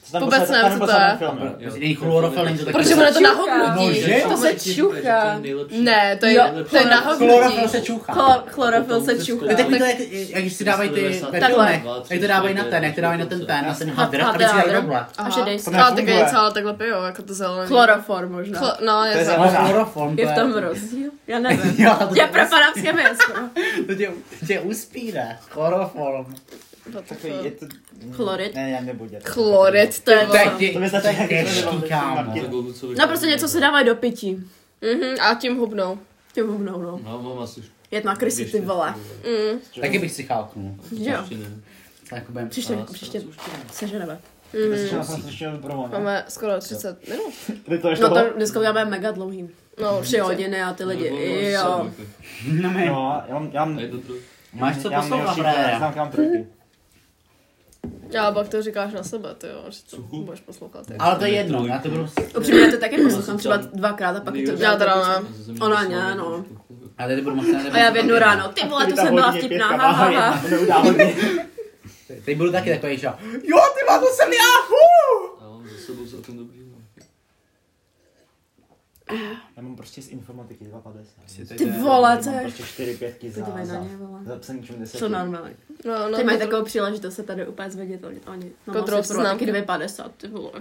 Co tam
Vůbec
pošle-
ne,
tam
co
pošle
to je.
ten film, jo.
Prostě není chlorofil, není to taky...
Protože ono je to na
No,
hubnutí.
že?
To se čuchá.
Ne.
Ne, to je,
Jo,
to je na
Chlorofil
hubnutí.
se čuchá.
Chlor, chlorofil se čuchá.
To je takový
Tak-
to, No, jak, jak si dávají ty ve
Takhle.
filmech, jak to dávají na ten, jak to dávají na ten ten, na ten hadr,
A- a
aby si dali
hadr.
takhle.
A šedej
Aha.
se.
Ale tak je něco, ale takhle pijou, jako to zelený.
Chloroform možná.
Chlo- No,
To
je
je
to.
zelený.
Ale chloroform, to
Je v tom
je-
rozdíl? Já nevím.
Jo, to
Já
tě-
propadám s těmi jasno.
To tě, tě uspíne, chloroform.
Takový, je to...
Chlorid.
Ne, já nebudu dělat.
Chlorid, to
To
je...
je
To je
ono.
tě-
To by
to je
stačilo, jak jsme
těžký,
byli
kámo.
Martin.
No prostě něco se dávají do pití.
Mhm, a tím hubnou.
Tě hubnou, no.
No, mám asi
Jet na krysy, ty vole.
Mm.
Taky bych si chalknul.
Jo.
Takové-
Příště, příště seženeme.
Slyšel jsem slyšel promo, ne?
Máme skoro 30 minut.
Ty to ještě
No
bylo-
to dneska uděláme mega dlouhý.
No,
Tři
určitě.
hodiny a ty lidi, jo.
jako-
No, my-
No, já mám, já mám,
Máš co
já mám
poslouchat,
nejlepší-
brája?
já znám kam trojky.
Já pak to říkáš na sebe, ty jo, že to budeš poslouchat. jak-
Ale to je jedno, já to budu...
Upřímně, já to taky poslouchám třeba dvakrát a pak je to
Já teda ne.
Ona ne, no.
Já tady budu možná...
A já v jednu ráno, ty vole, tu jsem byla vtipná, ha, ha, ha.
Teď budu taky takový, že jo, ty má, to jsem já, hu!
Já mám za sebou celkem dobrý. no.
Já mám prostě z informatiky 2,50.
Ty vole, co
Mám
je?
Prostě 4 pětky za,
Podívej na
za,
ně, vole.
za psaníčem 10.
Co normálně.
No, no,
Ty mají
to-
takovou příležitost se tady úplně zvědět oni. oni no,
Kontrol
Kontrol pro
známky.
taky 2,50, ty vole.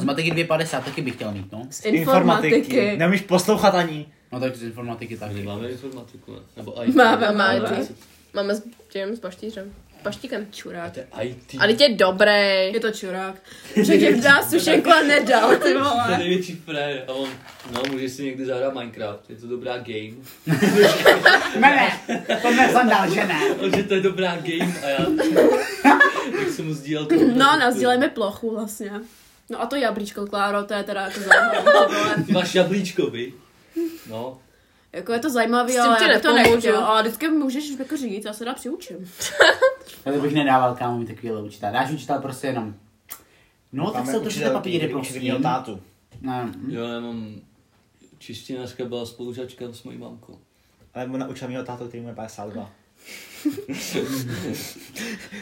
Z matiky 2,50 taky bych chtěl mít, no.
Z informatiky.
Nemíš poslouchat ani.
No tak z informatiky
My
taky.
Máme informatiku, ne? Nebo IT.
Máme,
máme.
IT.
Máme s tím, s paštířem. Paštíkem.
Čurák.
IT.
Ale tě je dobrý.
Je to čurák. Že tě dá sušenku a nedal, ty
To je
vole.
největší frér. A on, no, můžeš si někdy zahrát Minecraft. Je to dobrá game.
Ne, ne, to nezandal, že ne.
Takže No, to je dobrá game a já... Jak jsem mu sdílel to...
No, nazdílejme plochu vlastně. No a to jablíčko, Kláro, to je teda jako zajímavé. ty vole.
Ty máš jablíčko, vy? No.
Jako je to zajímavé,
S tím
ale
ti
já bych to
nepomůžu.
nechtěl. Ale vždycky můžeš jako říct, já se dá přiučím.
Já to bych nedával kámo mi takovýhle učitel. Dáš učitel prostě jenom. No, tak se
Máme
držíte
učitelky,
papíry,
který
prosím.
učili o tátu.
Ne, hm.
Jo, já mám... Češtinářka byla spolužačka s mojí mamkou.
Ale mu naučil mýho tátu, který mu je 52.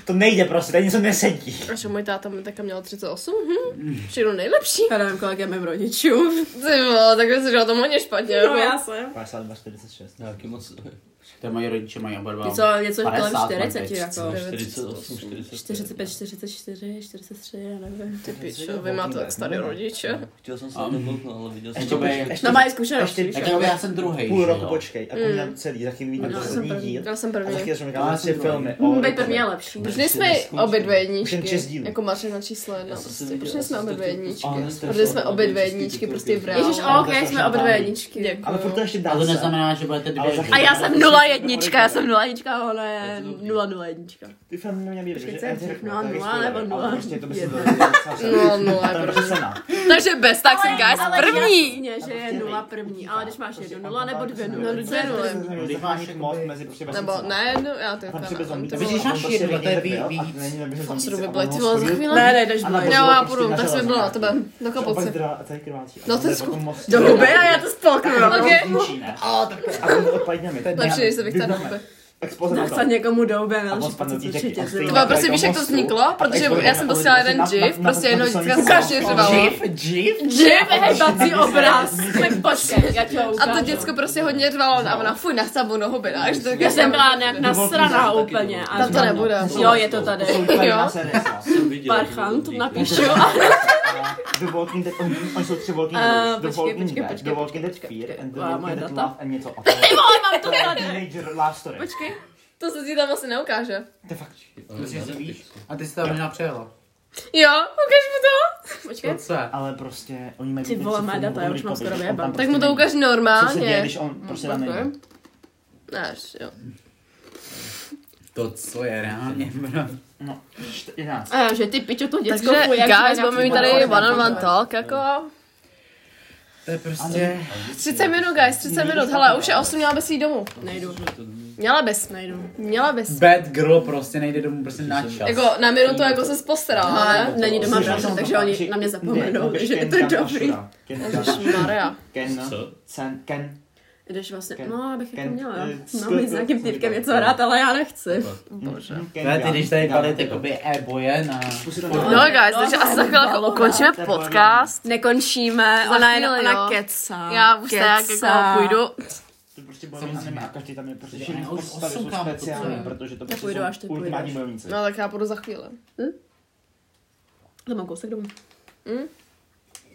to nejde prostě, tady něco nesedí.
A že můj táta mi taky měl 38? Hm? Všechno nejlepší.
Já nevím, kolik je mým rodičů.
Ty vole, tak jsi říkal tomu hodně špatně.
No
jako.
já jsem.
52, 46.
Nějaký moc...
To moje rodiče mají oba dva.
Něco, něco kolem
50,
40,
50.
jako.
48,
45,
45.
44, 43, já nevím.
Ty pičo, vy máte tak starý rodiče.
Chtěl jsem se o tom mluvit, ale viděl jsem
Ještě
to.
by-
počkat.
No mají zkušenost.
Ještě-
víš,
Tak
jo.
já jsem druhý.
Půl roku počkej, a povídám celý, za chvíli vidím
No,
poslední díl.
Já jsem
A
první. první.
Taky jsem říkal, asi prostě filmy. o-
Být první je lepší.
Proč nejsme obě dvě jedničky?
Už jen šest dílů.
Jako Maře na číslo jedna.
Já jsem
Prostě.
viděl,
Proč
já
nejsme
jsem
obě
to
dvě
tu-
jedničky?
Ale to je
Protože jsme
šlo,
obě
to
dvě
je čistý
jedničky,
tu
prostě v
kopii.
reálu.
Ježíš, OK,
Ale to
jsme oba dvě
šampán.
jedničky.
Děkuju.
Ale furt to ještě
A to
dále.
neznamená, že budete
Ale
dvě.
za-
A já jsem 0 jednička, já jsem 0 jednička, a ona je 0 0 jednička.
Ty filmy neměl být,
Počkej,
že?
co
Já
je
ti řeknu,
nula,
to je
nula,
historie,
nebo
ale
nula?
prostě to myslím,
Jedna.
že to je-
No, nula je
A to je
prostě.
cena.
Takže bez, tak jsem guys první.
Jasně, že Jako je 0 první, ale když máš jednu 0 nebo dvě
No,
0.
dvě
prostě jako to je
nuly.
první.
Když máš most mezi prostě vlastně
Nebo
cenami.
ne, jednu, já to je
jako-
Tam prostě přiběhl zombík.
to bylo-
Vidíš, že máš jedno, to je víc.
Sru by byla, ty vole, za chvíli.
Ne, ne, jdeš
Ale
dvě.
bože,
Jo, já
prostě
půjdu, tak
nažala
jsem byla na
jsem
tebe. Do
jako
kapoce. No, to je skup-
Do huby a já to spolknu. no.
Ok.
A to odpadne mi.
Lepší, než se bych tady huby.
Expoze na
No
to.
chce někomu do huby,
A
ale
on spadne dítěti.
určitě.
A
ty
ty-
Ty
vole.
vole, prostě víš, jak to vzniklo? Protože já jsem posílala jeden gif, prostě jednoho dítka se strašně řvalo.
Živ, živ?
Že hebací obrázky. Počkej, já ti ho
A to
ukážu.
děcko prostě hodně řvalo a ona fuj na sabu nohu byla. až to-
Já jsem byla nějak nasraná
Dovolte,
úplně.
taky
až
Tam to
na-
nebude.
Jo, je to tady.
Jo.
Jsem viděl.
Parchan, to
dobrý.
napíšu.
The Walking Dead, oni oni jsou tři Walking
Eh,
Dead, The
počkej,
Walking
počkej,
Dead,
počkej,
The Walking Dead
počkej,
Fear and The
Vá, moje
Walking Dead
data.
Love and něco a to je
Ale mám to tady.
Teenager Love Story.
Počkej.
To se ti tam asi neukáže.
To je fakt
Ale
Prostě
na
si víš.
Netflixu.
A ty jsi to možná přejelo.
Jo, ukaž mu to.
Počkej.
To se.
Ale prostě oni mají
Ty
víc
vole,
filmů,
má data, já
oni
už mám
povědí,
skoro
že on
vyjebám. Tak
tam
Tak
prostě
mu to
není.
ukaž
Co se děje,
normálně.
když on prostě tam není?
Děkuji. Až, jo.
To, co je reálně, bro.
No, 14.
Eh, Že ty pičo to děcko
Takže,
fuj, jak
guys,
žena,
budeme
ty
mít
vole.
tady
vole,
one on one
vole.
talk, jako
To je prostě...
30 minut, guys, 30 minut. Hele, už je 8, měla bys jít domů.
Nejdu.
Měla bys,
Nejdu.
měla bys.
Bad girl prostě nejde domů prostě na čas.
Jako na minutu jako se postarala,
Ale
ale
není doma
Slyšel
bratr,
jsem
takže
to,
oni
že-
na mě
Ne,
zapomenou,
no,
takže je
Ken
to
tam
dobrý.
Ashura. Ken tam Ashura.
Maria.
Ken,
Co?
sen, Ken,
Jdeš vlastně,
Ken-
no, abych jako
Ken-
měla.
eh,
Mám
skl-
s nějakým
co
týpkem
říkáš?
něco hrát, ale já nechci.
Bože.
Jako-
Ken.
Ne, ty když tady
Gal.
padly ty jakoby e-boje na...
No guys, takže asi za
no,
chvilku ukončíme podcast.
Nekončíme,
Za
ona
chvíli,
je ona
jo.
kecá.
Já už se jak jako půjdu.
To prostě bylo anime a každý tam je prostě
Já
všechny
už
postavy jsou
odsukám,
speciální,
to co je.
protože to prostě
půjdu, až ty
jsou ultimátní
půjdeš.
bojovníci.
No tak já půjdu za chvíli.
To mám kousek domů.
Hm?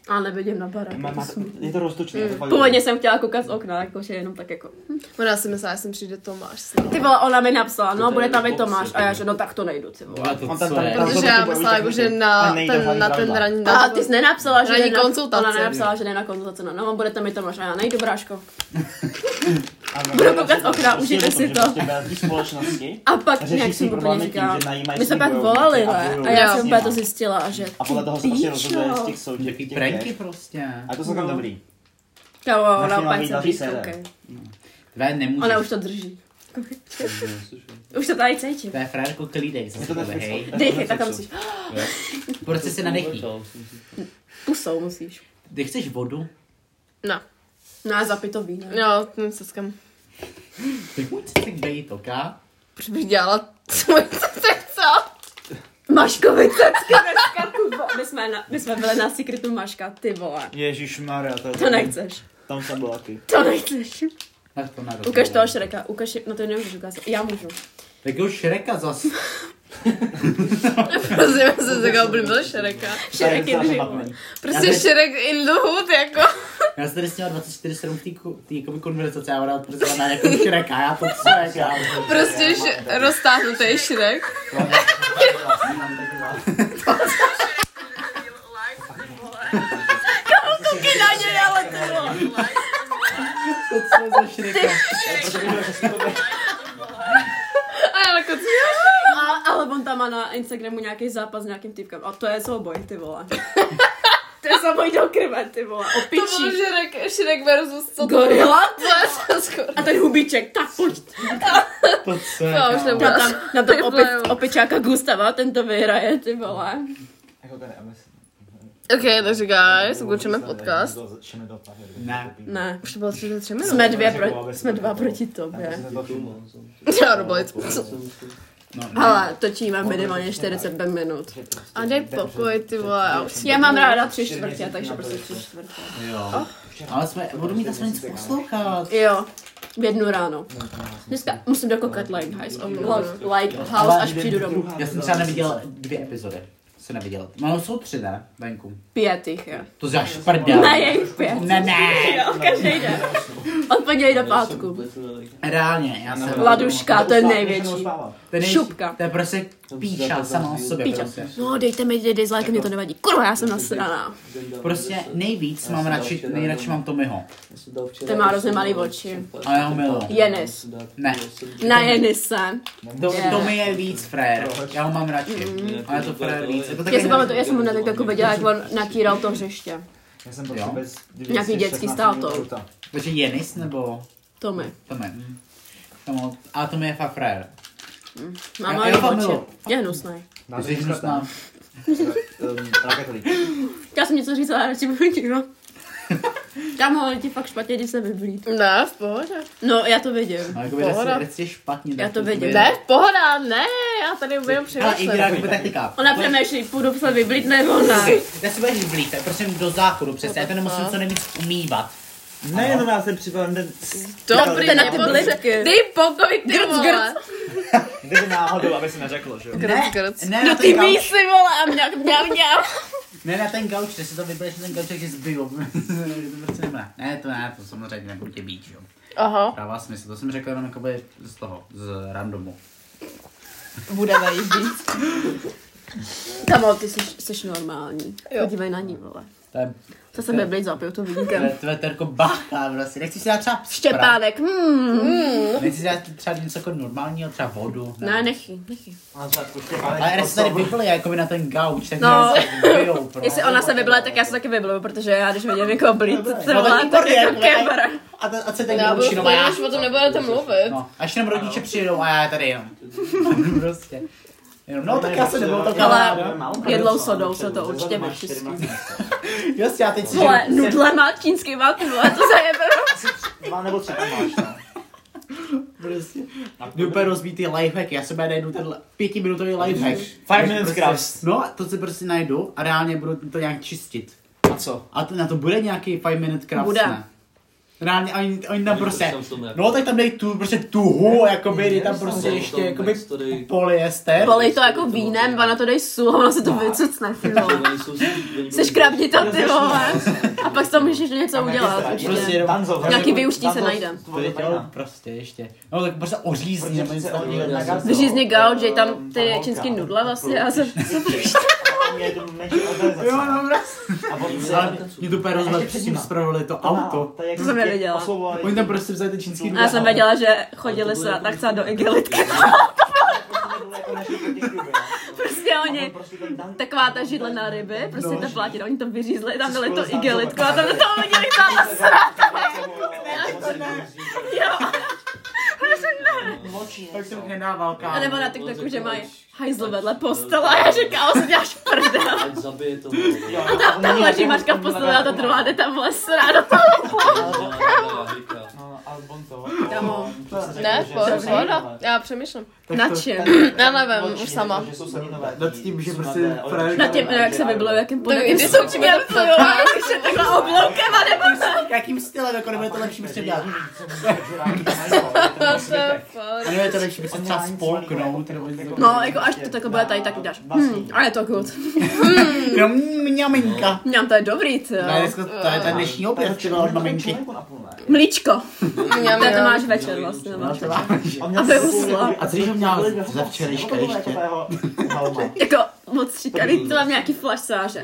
Ale nevidím na barák.
Má- má-
to smutný.
Je to roztočené,
Mm,
je to fakt
Původně jsem chtěla koukat z okna, jakože jenom tak jako.
Ona si myslela, že sem přijde Tomáš. No. s
Ty vole, ona mi napsala,
To
no
tady
bude tam
je
i Tomáš.
boxer,
A já,
ty.
že no tak to nejdu, ty vole.
to
On tam-
co
tam-
je?
tam-
Protože já myslela, jako, že na ten, na ten ranní
A ty jsi nenapsala, že
Ranní
jde na
konzultace.
Ona nenapsala, že jde na konzultace. No, no bude tam i Tomáš. A já nejdu, bráško.
Ano,
Budu
já
koukat
jsem-
z okna,
já jsem
užijte
o tom,
si
že
to.
Prostě byla z té společnosti.
A pak
Řeší
nějak
svý
jsem úplně
problémy tím,
říkala,
že najímají
my jsme
svý
pak
bojovníky
volali,
a
ne? A
bojují
já
s
jsem
nima.
úplně to zjistila, a že
A podle toho se
ty
prostě
píčo. No.
rozhoduje z těch soutěží.
Jaký
těch
pranky
her.
prostě.
A to jsou tam dobrý.
Kámo,
Našli
ona
nám
úplně
víc
se
další série.
okay.
Tvé nemůžeš.
Ona už to drží. Už to tady cítím.
Tvé frajerku klídej
Je
za
to
sebe,
Netflix.
hej.
Dejchej, tak tam musíš.
Proč jsi se nadechí?
Pusou musíš.
Ty chceš vodu?
No,
No a zapij to víno.
jo, ten se s kam.
Ty buď si bej toka.
Proč bych dělala svoje co?
Maškovice. Dneska, Kubo, my jsme, na, my jsme byli na secretu Maška, ty vole.
Ježíš Maria, to, je-
To nechceš.
Tam jsem byla ty.
To nechceš.
Tak to na
Ukaž toho Šreka, ukaž, no to nemůžeš ukázat, já můžu.
Tak už Šreka zas.
Prostě jsem se jako oblíbil Šereka.
Šrek je
Tady
drží.
zaplatný.
Prostě Šerek in the hood, jako.
Já jsem tady s těma 24-7 v té ku- té jakoby konverzace a ona prostě na nějakou Šreka. Já to co jak já.
Prostě š- roztáhnutý Šrek.
To co je za Šreka?
A já jako, co?
A, ale on tam má na Instagramu nějaký zápas s nějakým typkem. A to je souboj, ty vole. to je souboj do krve, ty vole. O
To byl
pičí.
Šrek, Šrek versus co?
Gorila?
Co je to skoro?
A ten hubiček, tak pojď.
To co je?
To už
kámo?
nebude.
Na tam, na tam
Ty
opi,
vole.
opičáka Gustava, ten to vyhraje, ty vole.
Jako tady, aby si-
Ok, takže guys, ukončíme podcast.
Ne.
Ne.
Už to bylo 33 minut.
Jsme dvě pro, jsme dva proti tobě.
Já to bylo něco.
No, ne.
Ale točíme minimálně 45 minut.
A dej pokoj, ty vole, já už
Já mám ráda tři čtvrtě, takže prostě tři čtvrtě.
Jo. Ale jsme, budu mít aspoň něco poslouchat.
Jo, v jednu ráno. Dneska musím dokoukat Lighthouse,
Love.
Lighthouse, až přijdu domů.
Já jsem třeba neviděl dvě epizody. se neviděl. No, jsou tři, ne? Venku.
Pět jich je.
To zjáš prdel.
Ne, je jich pět.
Ne, ne.
Jo, každý den. Od pondělí do pátku.
Reálně, já jsem...
Laduška, to je největší.
To je nej-
šupka.
To je prostě píča sama o sobě.
Píča.
Prostě.
No, dejte mi dej, dislike, mě to nevadí. Kurva, já jsem nasraná.
prostě nejvíc mám radši, nejradši mám Tommyho.
Ten
prostě
má hrozně malý oči.
A já ho miluji.
Jenis.
Ne.
prostě
Na Jenise.
To,
Je.
Tommy je víc frajer. Já ho mám radši. Ale to frajer víc. no.
Mm,
Je to
Já
takový
si pamatuju, já jsem ho na TikToku viděla, jak on natíral to hřiště.
Já jsem
Jo.
byl bez...
Nějaký dětský s tátou.
jako- Takže Jenis nebo
Tomi.
Tommy? Hm. Tomo, ale Tommy je fakt frajer.
Má
Já-
malý
já ho miluji.
oči. Je hnusný.
Jsi hnusná.
Raketolík.
Já jsem něco říct, ale radši budu no. Kámo, ale ti fakt špatně, když se vyblí.
Ne, v pohodě.
No, já to vidím.
No, jakoby, když
Pohoda.
jsi- když jsi špatně. tak
Já to
to
vidím.
bude-
Ne, v pohoda, ne, já tady umím
Ale i když
přihlásit.
jakoby taktika.
Ona přemýšlí, půjdu se vyblít nebo ne.
Já si budeš vlít, tak prosím do záchodu přesně, já to nemusím co nejvíc umývat.
Ne, jenom já jsem připadal ten...
Dobrý,
To je na ty
nepotře-
blitky.
Dej pokoj, ty vole.
Kdyby náhodou, aby se neřeklo, že jo?
Grc, grc.
ne na
No ty
ten gauč,
mísy, vole, a mňam, mňam, mňam.
ne na ten gauč, ty si to vybereš na ten gauč, takže zbylo. Že to prostě nebude. Ne, to ne, to samozřejmě nebudu tě být, jo.
Aha,
Dává smysl, to jsem řekl jenom jakoby z toho, z randomu.
Budeme jí být. Kamo, ty jsi, jsi normální.
Jo.
Podívej na ní, vole.
To je,
To se vyblít zapiju, to
to je,
vidíte.
to je terko bacha, prostě. Nechci si dát třeba spra-
Štěpánek, hmm.
Nechci si dát třeba něco jako normálního, třeba vodu.
Ne, No, nechy, nechy.
Ale já se tady vypili jakoby na ten gauč, tak
No.
no. zbyjou,
Jestli ona se vybleje, tak já se taky vybleju, protože já když vidím někoho blít, se volá tak
výborně,
jako
jako já-
kebra.
A, ten- a co ten
já budu
gauč,
v
no a
pohodě,
já
už o tom nebudete mluvit.
No, až nám rodiče přijedou a já tady jenom. prostě. Jenom, no tak já se nebyl tak
Ale jedlou sodou se to určitě vyčistí.
Jasně, Prostě, já teď si
Vole, nudle má čínský vat, vole, to zajebe.
Dva nebo tři tam máš, no.
prostě. Mě úplně rozbítý lifehack, já sebe najdu tenhle pětiminutový lifehack.
Five
Až
minutes
prostě-
crafts.
No, a to si prostě najdu a reálně budu to nějak čistit.
A co?
A to, na to bude nějaký five minute crafts,
Bude.
ne? Reálně, oni, oni tam
Oni
prostě,
tam jsou nějaké-
no tak tam dej tu, prostě tuhu, jakoby, dej tam prostě
tam
ještě,
tom
jakoby
backstory.
polyester.
Polej to jako vínem, ona to dej sůl, ona se to vycucne, ty vole.
Oni jsou slíbení.
Chceš krabdit to, ty vole. A pak to můžeš něco udělat,
Prostě
určitě.
jenom-
Tanzov.
Nějaký vyuští se najde.
To je to prostě ještě. No tak prostě ořízní. nebo něco takového.
Drží z
No,
něj gauč, dej tam ty čínský nudle vlastně a se...
Jo, no, prostě.
A on se...
Ale mě to úplně rozhodl, že tím spravili to auto.
To je jak
To jsem
tě
nevěděla.
oslovovali.
Oni tam prostě vzali ty čínský
A já jsem věděla, že chodili se tak třeba do igelitky.
prostě-
Jako naši protiklubové.
Prostě oni
Prostě ten tank-
taková ta židle na ryby, prostě ta plátě, oni to vyřízli, tam dali to
Spolu
igelitko a
sám
tam do toho viděli ta
jako
jako
jo.
Tak jsem nedával kámo.
A nebo na TikToku, že mají hajzl vedle postele a já říkám, co děláš prdel.
Ať zabije to. vole.
Jo,
Jo,
a on
Tam
měl
leží
takovou-
mačka v
on měl
posteli a ta
takovou-
druhá jde tam vlastně lesrá do toho.
to má logika.
No, ale on to.
Kamo.
Ne, v pohodě, v pohoda, já přemýšlím.
no, Na čem?
Já nevím, už
jako,
sama.
Nad tím, že prostě frajer-
Na těm, jak se vyblou, jakým
Tak
podem.
ty jsou čím
Já
já
to jo, když je takhle obloukem a nebo ne.
Jakým stylem, jako nebude to lepší prostě dělat. A prostě
Fuck.
nebude to lepší prostě třeba spolknout. nebo něco takového.
No, jako až to takhle bude tady, tak dáš. Hmm, a je to good.
Jenom No, mňaminka.
Mňam, to je dobrý, ty jo.
To je dneska- No. to je ten dnešní oběd, ty vole, od maminky.
Mlíčko.
Mňam,
To, to
mňam.
máš večer vlastně.
No,
máš.
to má-
A
Aby usla.
A co když ho měla
Jako
za včerejška ještě?
Jako moc šikaný, to mám nějaký flašáře.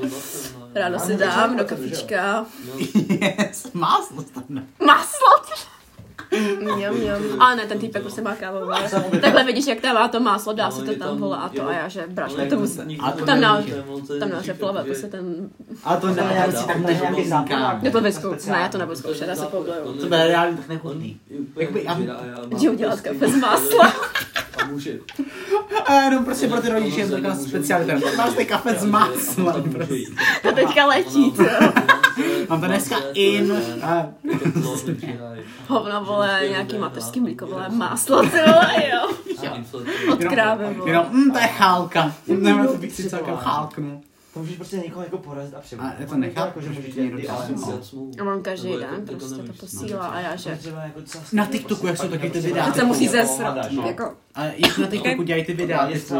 Ráno si dám do kafička.
Yes, máslo tam ne.
Maslo! Mm,
Mňam, mňam.
Ale ne, ten týpek prostě má kávu. ale Takhle vidíš, jak tam má to máslo, dá se to tam jako vole a to a já, že brašne to musím.
A to
Tam na,
nemůže.
tam na řeplové, prostě ten...
Ale to
ne, já si
nebude
tam
tak
nějaký západ.
Nebo vyskou. Ne, já jako to jako nebudu zkoušet, já se pobleju.
To bude reálně tak nechutný. Jakby- já-
Jdi udělat kafe z másla.
A může.
A jenom prostě pro ty rodiče je to taková specialita. Máš ty kafe s máslem. prostě.
To jako teďka letí, co?
Mám to dneska in. A
Hovno, vole, nějaký mateřský mlíko, vole, máslo, ty vole, jo. Od krávy, vole.
Jenom, mm, to je chálka. Nevím, to bych si celkem chálknu.
To můžeš prostě někoho jako porazit a Jako, přebudit.
A já to nechápu, že můžeš někdo dát.
A mám každý den, no, prostě to posílá a já, že...
jako prostě
Na TikToku, jak jsou taky ty videa.
Teď se musí zesrat, jako...
A jak na TikToku dělají ty videa typu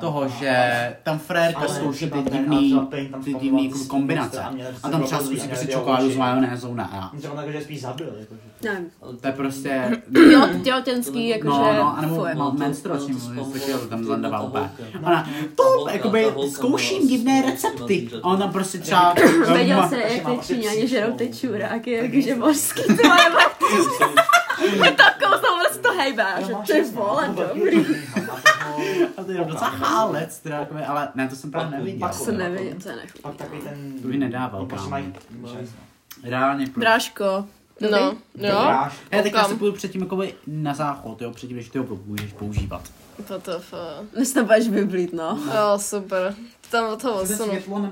toho, že tam frérka zkouší ty divný, ty divný jako
prostě
kombinace. A tam třeba zkusí prostě čokoládu s majonézou na A.
Třeba tak, jako, že spíš zabil, jakože.
Nevím.
To je prostě,
Těho- Těhotenský, jakože
no, no, anebo
fuje.
no,
to-
menstruační
no, to
mluvě,
spolu-
se to tam
to-
zandavá
to
úplně.
holka.
Ona,
Ta
to,
holka- ta
jakoby,
holka
zkouším
byla
divné
s-
recepty.
s-
A on tam prostě třeba...
Věděl
Má-
se, jak ty Číňani žerou ty čuráky, jakože
Tak-
mořský, ty vole, takovou jsem to hejbá,
no,
že ty vole, dobrý.
A to je docela hálec, teda, jakoby, ale ne, to jsem právě neviděl.
Pak
To nevím, to nechci.
Pak takový ten...
To by nedával,
Prostě
kámo.
mají...
Reálně. pro-
Bráško,
No, jo.
Bráš.
Já teďka
Kam?
se půjdu předtím jakoby na záchod, jo, předtím, než ty ho budeš používat.
PTF.
my se tam budeš vyblít, no.
Jo, super. Tam od toho odsunu.
nebo ne?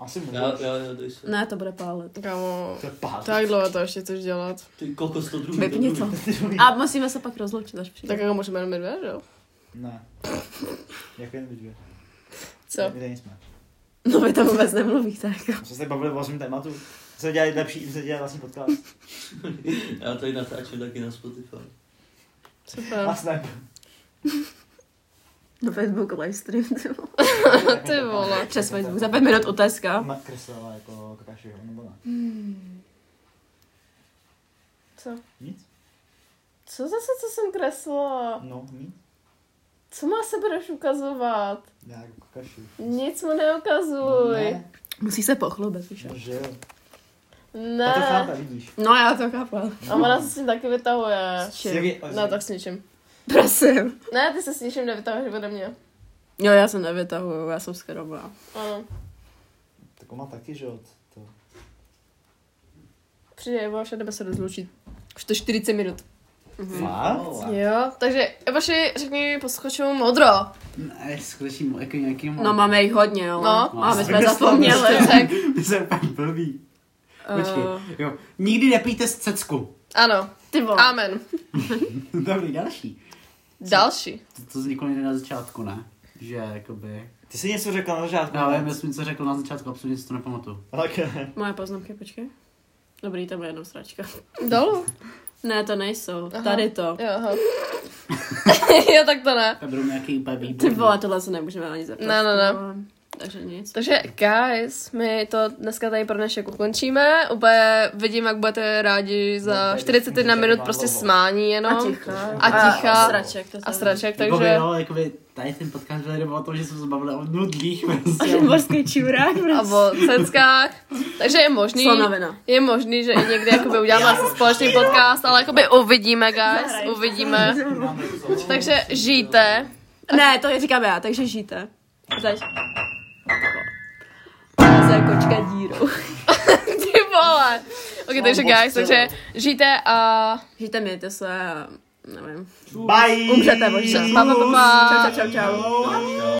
Asi můžu.
Já, já, já, dej se.
Ne, to bude pálit.
Kámo,
To je pát.
tak dlouho to ještě chceš dělat.
Ty kokos to druhý. to
Vypni to.
druhý.
A musíme se pak rozloučit, až přijde.
Tak jako můžeme jenom my dvě, jo?
Ne. Jak jen vidíte.
Co?
Kde jsme?
No vy tam vůbec nemluvíte, jako.
My jsme se bavili o osm tématu. Co dělají lepší, co dělají vlastní podcast.
Já tady natáčím taky na Spotify.
Super.
A snap.
Do Facebook livestream, ty vole.
Ty
Jako
vole.
Přes Facebook, za pět minut otázka.
Nakreslila jako Kakashi, nebo ne?
Co?
Nic?
Co zase, co jsem kreslila?
No, nic.
Co má se budeš ukazovat?
Já jako Kakashi.
Nic mu
No,
neukazuj.
ne.
Musí se pochlubit, už.
No, že jo. A to chápe,
Ne.
vidíš.
No já to chápu.
A ona se s tím taky vytahuje.
Čím?
No, tak s ničím.
Prosím.
Ne, ty se s ničím nevytahuješ ode mě.
Jo, já se nevytahuju, já jsem skromná.
Ano.
Tak on má taky, že jo. To.
Přijde Evoš a jdeme se rozloučit. Už to 40 minut.
Mhm.
Fakt?
Jo, takže Evoši, řekni posluchačům modro.
Ne, skutečně mo- jako nějaký
No máme jich hodně, ale.
Mm. No.
a my jsme
Jsme
zapomněli.
Tak,
My jsme úplně blbý. Počkej,
Eh,
jo. Nikdy nepijte z cecku.
ano.
Ty vole.
Amen.
Dobrý, další.
Další.
To, to vzniklo někde na začátku, ne? Že jakoby...
Ty jsi něco řekl na začátku.
Já vím, já jsem něco řekl na začátku, absolutně si to nepamatuju.
Tak.
Moje poznámky, počkej. Dobrý, tam je jenom sračka.
Dolů.
Ne, to nejsou.
Aha.
Tady to.
Jo, aha. jo, tak to ne.
To budou nějaký úplně výborný.
Ty vole, tohle se nemůžeme ani zeptat.
Ne, ne, ne.
ty vole. Takže nic.
Takže guys, my to dneska tady pro dnešek ukončíme. Úplně vidím, jak budete rádi za 41 minut prostě smání
A
jenom.
ticha.
A ticha.
A sraček. To
A
tam.
straček,
Jakoby,
takže...
jo, jakoby, tady ten podcast byl jenom o tom, že jsme se bavili o nudlích
A
prostě.
že morský čurák. prostě.
A o ceckách. Takže je možný,
Slonovina.
je možný, že i někdy jakoby uděláme asi společný podcast, ale jakoby uvidíme, guys, uvidíme. Takže žijte.
Ne, to je říkám já, takže žijte. Zač. Za kočka dírou.
Ty vole. Ok, takže guys, takže žijte a
Žijte, mějte se a nevím.
Bye.
Umřete možná.
pa pa pa pa.
Čau, čau, čau.
Jo.